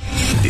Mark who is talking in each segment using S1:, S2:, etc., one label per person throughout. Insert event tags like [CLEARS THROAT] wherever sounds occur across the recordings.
S1: The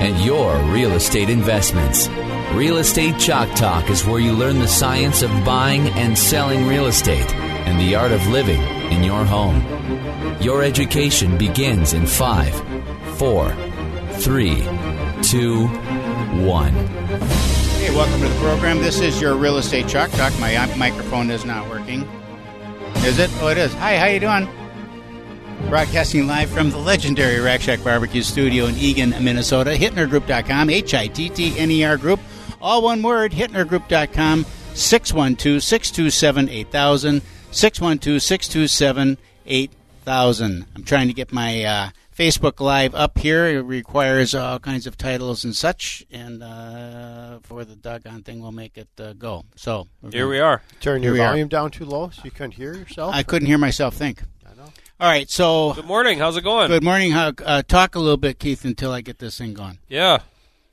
S2: and your real estate investments. Real Estate Chalk Talk is where you learn the science of buying and selling real estate and the art of living in your home. Your education begins in five, four, three, two, one.
S3: Hey, welcome to the program. This is your real estate chalk talk. My uh, microphone is not working. Is it? Oh, it is. Hi, how you doing? Broadcasting live from the legendary Rack Shack Barbecue Studio in Eagan, Minnesota. HittnerGroup.com, H-I-T-T-N-E-R E Group. All one word, HittnerGroup.com, 612-627-8000, 612-627-8000. I'm trying to get my uh, Facebook Live up here. It requires all kinds of titles and such, and uh, for the doggone thing, we'll make it uh, go. So we're
S4: Here
S3: gonna-
S4: we are.
S5: Turn
S3: Here
S5: your
S3: we are.
S5: volume down too low so you couldn't hear yourself.
S3: I couldn't hear myself think. All right, so
S4: Good morning. How's it
S3: [LAUGHS]
S4: going?
S3: Good morning, Huck. Uh, talk a little bit, Keith, until I get this thing going.
S4: Yeah.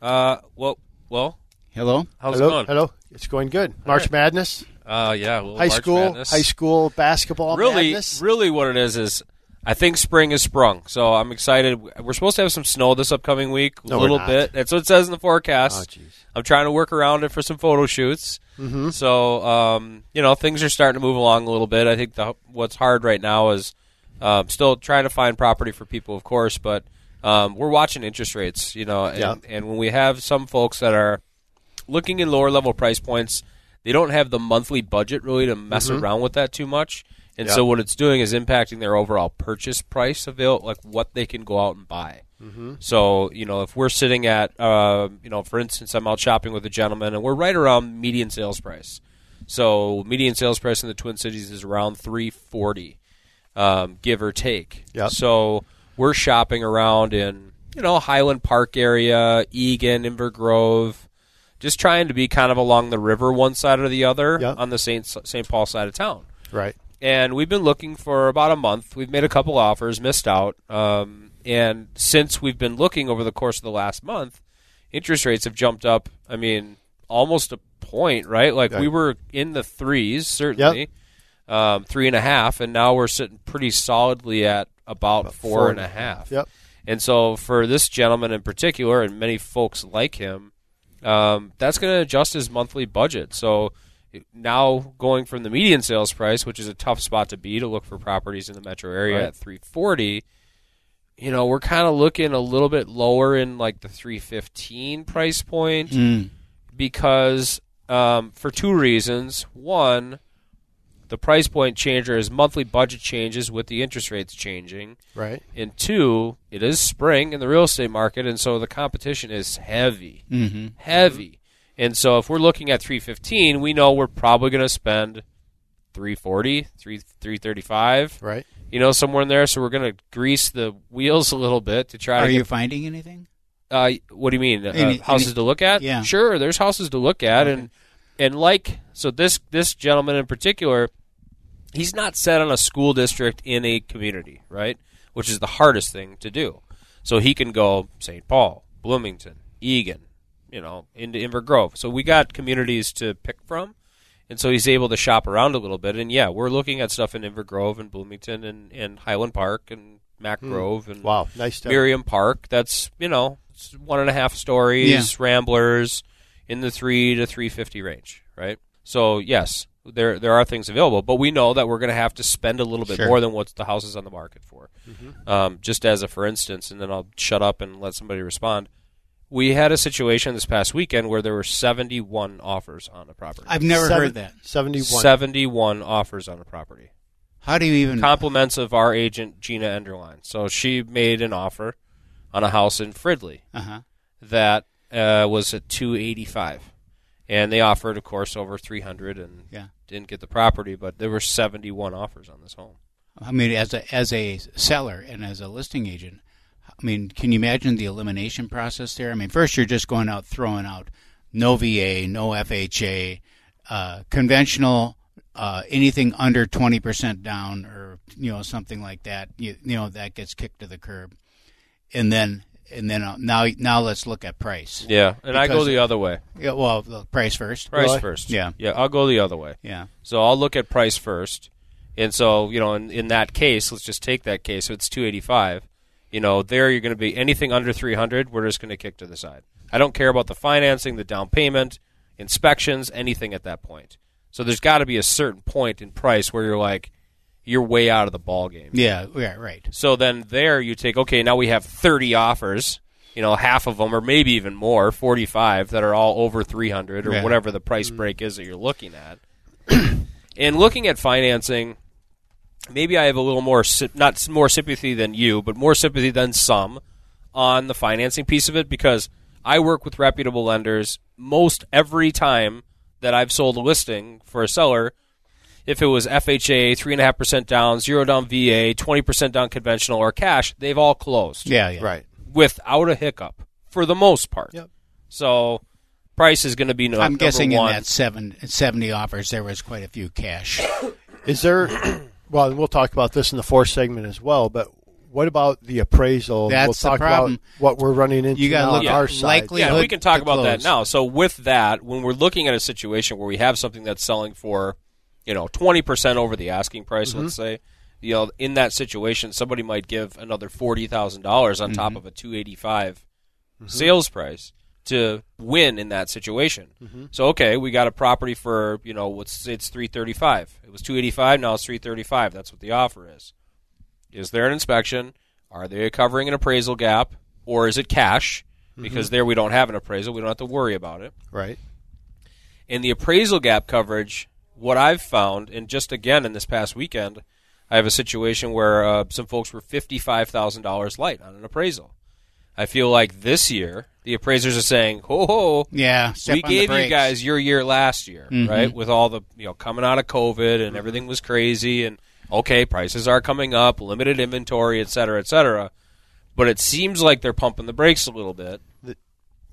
S4: Uh. Well. Well.
S3: Hello.
S4: How's
S5: hello,
S4: it going?
S5: hello. It's going good. March Madness,
S4: Uh. Yeah. Well,
S5: high
S4: March
S5: school,
S4: Madness.
S5: high school basketball.
S4: Really.
S5: madness.
S4: Really, what it is is. I think spring has sprung, so I'm excited. We're supposed to have some snow this upcoming week, a
S5: No, we're
S4: little
S5: not.
S4: bit. That's what it says in the
S5: Oh,
S4: forecast.
S5: jeez.
S4: I'm trying to work around it for some photo shoots. Mm-hmm. So, um, you know, things are starting to move along a little bit. I think the, what's hard right now is um, still trying to find property for people, of course, but um, we're watching interest rates, you know, and,
S5: Yeah.
S4: and when we have some folks that are looking in lower level price points, they don't have the monthly budget really to mess around with that too much. And so what it's doing is impacting their overall purchase price avail, like what they can go out and buy. So you know, if we're sitting at, uh, you know, for instance, I'm out shopping with a gentleman, and we're right around median sales price. So median sales price in the Twin Cities is around 340, um, give or take.
S5: Yep.
S4: So we're shopping around in you know Highland Park area, Egan, Invergrove, just trying to be kind of along the river, one side or the other,
S5: Yep.
S4: on the Saint Saint Paul side of town
S5: Right.
S4: and we've been looking for about a month. We've made a couple offers, missed out. Um, and since we've been looking over the course of the last month, interest rates have jumped up. I mean, almost a point, right? Like we
S5: Right.
S4: were in the threes, certainly, um, three and a half, and now we're sitting pretty solidly at about, four and a half.
S5: Yep.
S4: And so for this gentleman in particular, and many folks like him, um, that's going to adjust his monthly budget. So it- now going from the median sales price, which is a tough spot to be to look for properties in the metro area at 340, you know, we're kind of looking a little bit lower in like the 315 price point because um, for two reasons. One, the price point changer is monthly budget changes with the interest rates changing.
S5: Right.
S4: And two, it is spring in the real estate market, and so the competition is heavy, mm-hmm. heavy. And so if we're looking at 315, we know we're probably going to spend 340, 3 335,
S5: Right.
S4: you know, somewhere in there. So we're going to grease the wheels a little bit to try
S3: Are
S4: to
S3: you finding anything?
S4: uh, what do you mean?
S3: Any-
S4: uh, houses
S3: any-
S4: to look at?
S3: yeah.
S4: Sure, there's houses to look at, and and like so this this gentleman in particular, he's not set on a school district in a community, right? Which is the hardest thing to do. So he can go St. Paul, Bloomington, Egan, you know, into Invergrove. So we got communities to pick from. And so he's able to shop around a little bit. And yeah, we're looking at stuff in Invergrove and Bloomington and, and Highland Park and Mack
S3: Hmm.
S4: Grove and
S5: Hmm. Wow. Nice stuff.
S4: Miriam Park. That's you know it's one and a half stories,
S3: Yeah.
S4: ramblers in the three to three fifty range, right? So yes, there there are things available, but we know that we're going to have to spend a little bit
S3: Sure. Mm-hmm.
S4: more than what the house is on the market for. Um, just as a for instance, and then I'll shut up and let somebody respond. we had a situation this past weekend where there were 71 offers on a property.
S3: I've never
S5: Seven-
S3: heard that.
S5: 71.
S4: 71 offers on a property.
S3: How do you even?
S4: Compliments of our agent Gina Enderline. So she made an offer on a house in Fridley
S3: Uh huh.
S4: that uh, was at 285, and they offered, of course, over 300, and
S3: Yeah.
S4: didn't get the property. But there were 71 offers on this home.
S3: I mean, as a as a seller and as a listing agent, I mean, can you imagine the elimination process there? I mean, first you're just going out throwing out no VA, no FHA, uh, conventional, uh, anything under twenty percent down, or you know something like that. You, you know that gets kicked to the curb, and then and then uh, now now let's look at price.
S4: Yeah, and I go
S3: Because-
S4: the other way.
S3: Yeah, well, the price first.
S4: Price
S5: Really?
S4: first.
S3: Yeah.
S4: yeah. I'll go the other way.
S3: Yeah.
S4: So I'll look at price first. And so, you know, in, in that case, let's just take that case. So it's 285. You know, there you're going to be anything under 300, we're just going to kick to the side. I don't care about the financing, the down payment, inspections, anything at that point. So there's got to be a certain point in price where you're like, you're way out of the ball game.
S3: Yeah. Yeah. Right.
S4: So then there you take okay, now we have 30 offers, you know, half of them or maybe even more, 45 that are all over 300 or
S3: Yeah.
S4: whatever the price break is that you're looking at. [CLEARS THROAT] and looking at financing, maybe I have a little more sy- not s- more sympathy than you, but more sympathy than some on the financing piece of it because I work with reputable lenders most every time that I've sold a listing for a seller if it was FHA, 3.5% down, zero down VA, 20% down conventional, or cash, they've all closed
S3: Yeah. Yeah.
S5: Right.
S4: without a hiccup for the most part.
S5: Yep.
S4: So price is going to be no,
S3: I'm
S4: number
S3: guessing in
S4: one.
S3: that seven, 70 offers, there was quite a few cash.
S5: Is there, [COUGHS] well, and we'll talk about this in the fourth segment as well, but what about the appraisal? we'll
S3: That's the
S5: talk
S3: problem.
S5: about what we're running into
S3: You gotta
S5: now
S3: look
S5: on
S3: at
S5: our side.
S3: likely-
S4: yeah, we
S3: likelihood
S4: can talk
S3: to
S4: about that
S3: close.
S4: now. So with that, when we're looking at a situation where we have something that's selling for, you know, 20% over the asking price, let's
S3: Mm-hmm.
S4: say, you know, in that situation, somebody might give another $40,000 on top
S3: Mm-hmm.
S4: of a 285 sales price to win in that situation.
S3: Mm-hmm.
S4: So okay, we got a property for, you know, what's it's 335. It was 285, now it's 335. That's what the offer is. Is there an inspection? Are they covering an appraisal gap or is it cash? Because there we don't have an appraisal, we don't have to worry about it.
S5: Right.
S4: In the appraisal gap coverage, what I've found, and just again in this past weekend, I have a situation where uh, some folks were fifty-five thousand dollars light on an appraisal. I feel like this year the appraisers are saying, "Ho ho,
S3: Yeah, step
S4: we
S3: on the
S4: gave you
S3: brakes. Mm-hmm.
S4: guys your year last year, right? With all the you know coming out of COVID and everything was crazy, and okay, prices are coming up, limited inventory, et cetera, et cetera." But it seems like they're pumping the brakes a little bit.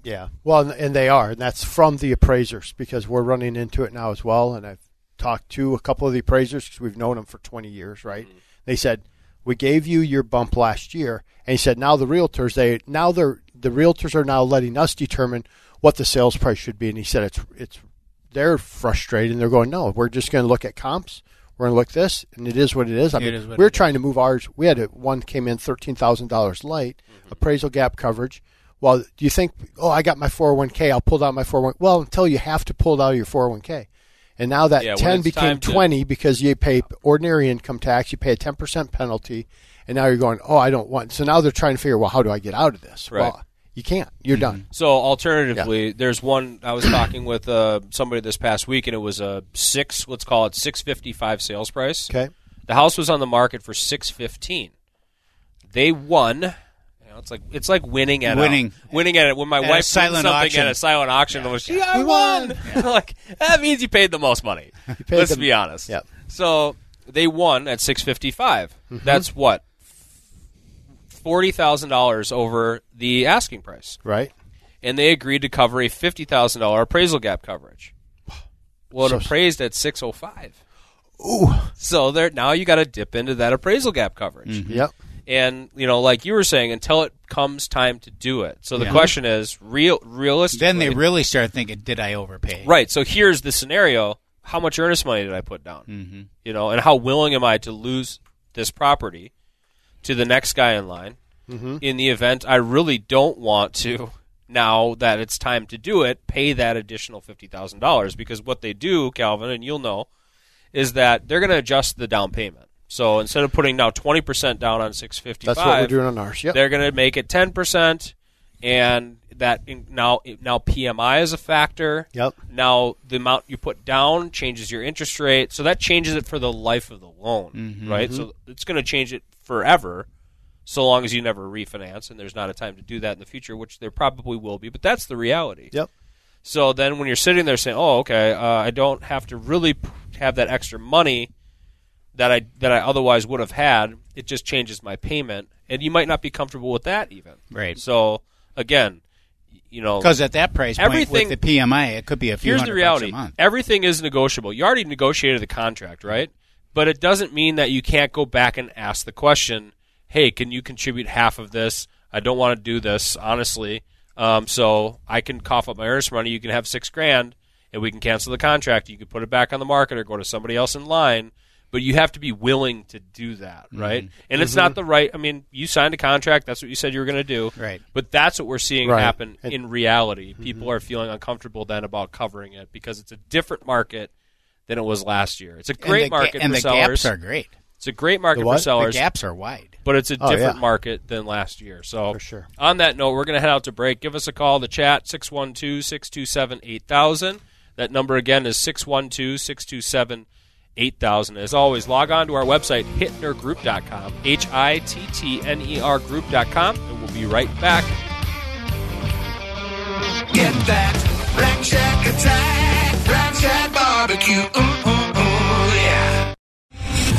S5: Yeah. Well, and- and they are, and that's from the appraisers because we're running into it now as well. And I've talked to a couple of the appraisers because we've known them for 20 years, right? They said we gave you your bump last year, and he said now the realtors they now they're the realtors are now letting us determine what the sales price should be. And he said it's it's they're frustrated and they're going no, we're just going to look at comps. We're going to look this, and it is what it is. I mean,
S3: is what
S5: we're
S3: it is.
S5: trying to move ours. We had a, one came in thirteen thousand dollars light,
S4: Mm-hmm.
S5: appraisal gap coverage. Well, do you think? Oh, I got my four hundred one k. I'll pull down my four hundred one. Well, until you have to pull down your four hundred one k, and now that
S4: Yeah, when
S5: ten
S4: it's
S5: became
S4: time to-
S5: twenty because you pay ordinary income tax, you pay a ten percent penalty, and now you're going. Oh, I don't want. So now they're trying to figure. Well, how do I get out of this?
S4: Right.
S5: Well, you can't. You're done.
S4: So alternatively, there's one I was talking with uh, somebody this past week, and it was a six. Let's call it six fifty five sales price.
S5: Okay.
S4: The house was on the market for six fifteen. They won. You know, it's like it's like winning at
S3: Winning.
S4: a, winning at it. When my
S3: At a
S4: wife wins
S3: silent
S4: something
S3: auction.
S4: at a silent auction, it was yeah, I
S5: We
S4: won.
S5: won.
S4: [LAUGHS] like that means you paid the most money.
S5: paid
S4: Let's
S5: the-
S4: be honest.
S5: Yep.
S4: So they won at six That's what forty thousand dollars over the asking price
S5: Right.
S4: and they agreed to cover a fifty thousand dollar appraisal gap coverage. Well, it
S5: So-
S4: appraised at six oh five. Ooh. So there now you got to dip into that appraisal gap coverage,
S5: Yep.
S4: and you know, like you were saying, until it comes time to do it. So the question is, real realistically,
S3: Then they really start thinking, did I overpay?
S4: right. So here's the scenario: how much earnest money did I put down? Mm-hmm. You know, and how willing am I to lose this property to the next guy in line? in the event I really don't want to now that it's time to do it, pay that additional $50,000 because what they do, Calvin, and you'll know, is that they're going to adjust the down payment. So instead of putting now 20% down on 655,
S5: That's what we're doing on ours. Yep.
S4: they're going to make it 10% and that in, now now PMI is a factor.
S5: Yep.
S4: Now the amount you put down changes your interest rate, so that changes it for the life of the loan,
S5: Mm-hmm.
S4: right? So it's going to change it forever, so long as you never refinance, and there's not a time to do that in the future, which there probably will be. But that's the reality.
S5: Yep.
S4: So then when you're sitting there saying, "Oh, okay, uh, I don't have to really p- have that extra money that I that I otherwise would have had," it just changes my payment, and you might not be comfortable with that even.
S3: Right.
S4: So again, y- you know,
S3: Because at that price point
S4: Everything-
S3: with the PMI, it could be a few
S4: here's the
S3: hundred
S4: reality:
S3: bucks a month.
S4: everything is negotiable. You already negotiated the contract, right? But it doesn't mean that you can't go back and ask the question, "Hey, can you contribute half of this? I don't want to do this, honestly. Um, so I can cough up my earnest money. You can have six grand, and we can cancel the contract. You can put it back on the market or go to somebody else in line." But you have to be willing to do that, right?
S3: Mm-hmm.
S4: And it's not the right. I mean, you signed a contract. That's what you said you were going to do.
S3: Right.
S4: But that's what we're seeing
S5: Right. Mm-hmm.
S4: happen in reality. People are feeling uncomfortable then about covering it because it's a different market than it was last year. It's a
S3: And
S4: great
S3: the ga-
S4: market
S3: and
S4: for
S3: the
S4: sellers.
S3: gaps are great.
S4: it's a great market
S5: The
S4: for
S5: what?
S3: The
S4: sellers,
S3: gaps are wide.
S4: but it's a
S5: Oh,
S4: different
S5: yeah.
S4: market than last year. So
S5: For sure.
S4: on that note, we're going to head out to break. Give us a call to chat 612-627-8000. That number again is 612-627-8000. As always, log on to our website hitnergroup.com, H I T T N E R group.com, and we'll be right back.
S6: Get that Rack Shack attack. Rack Shack barbecue. Ooh, ooh, ooh, yeah.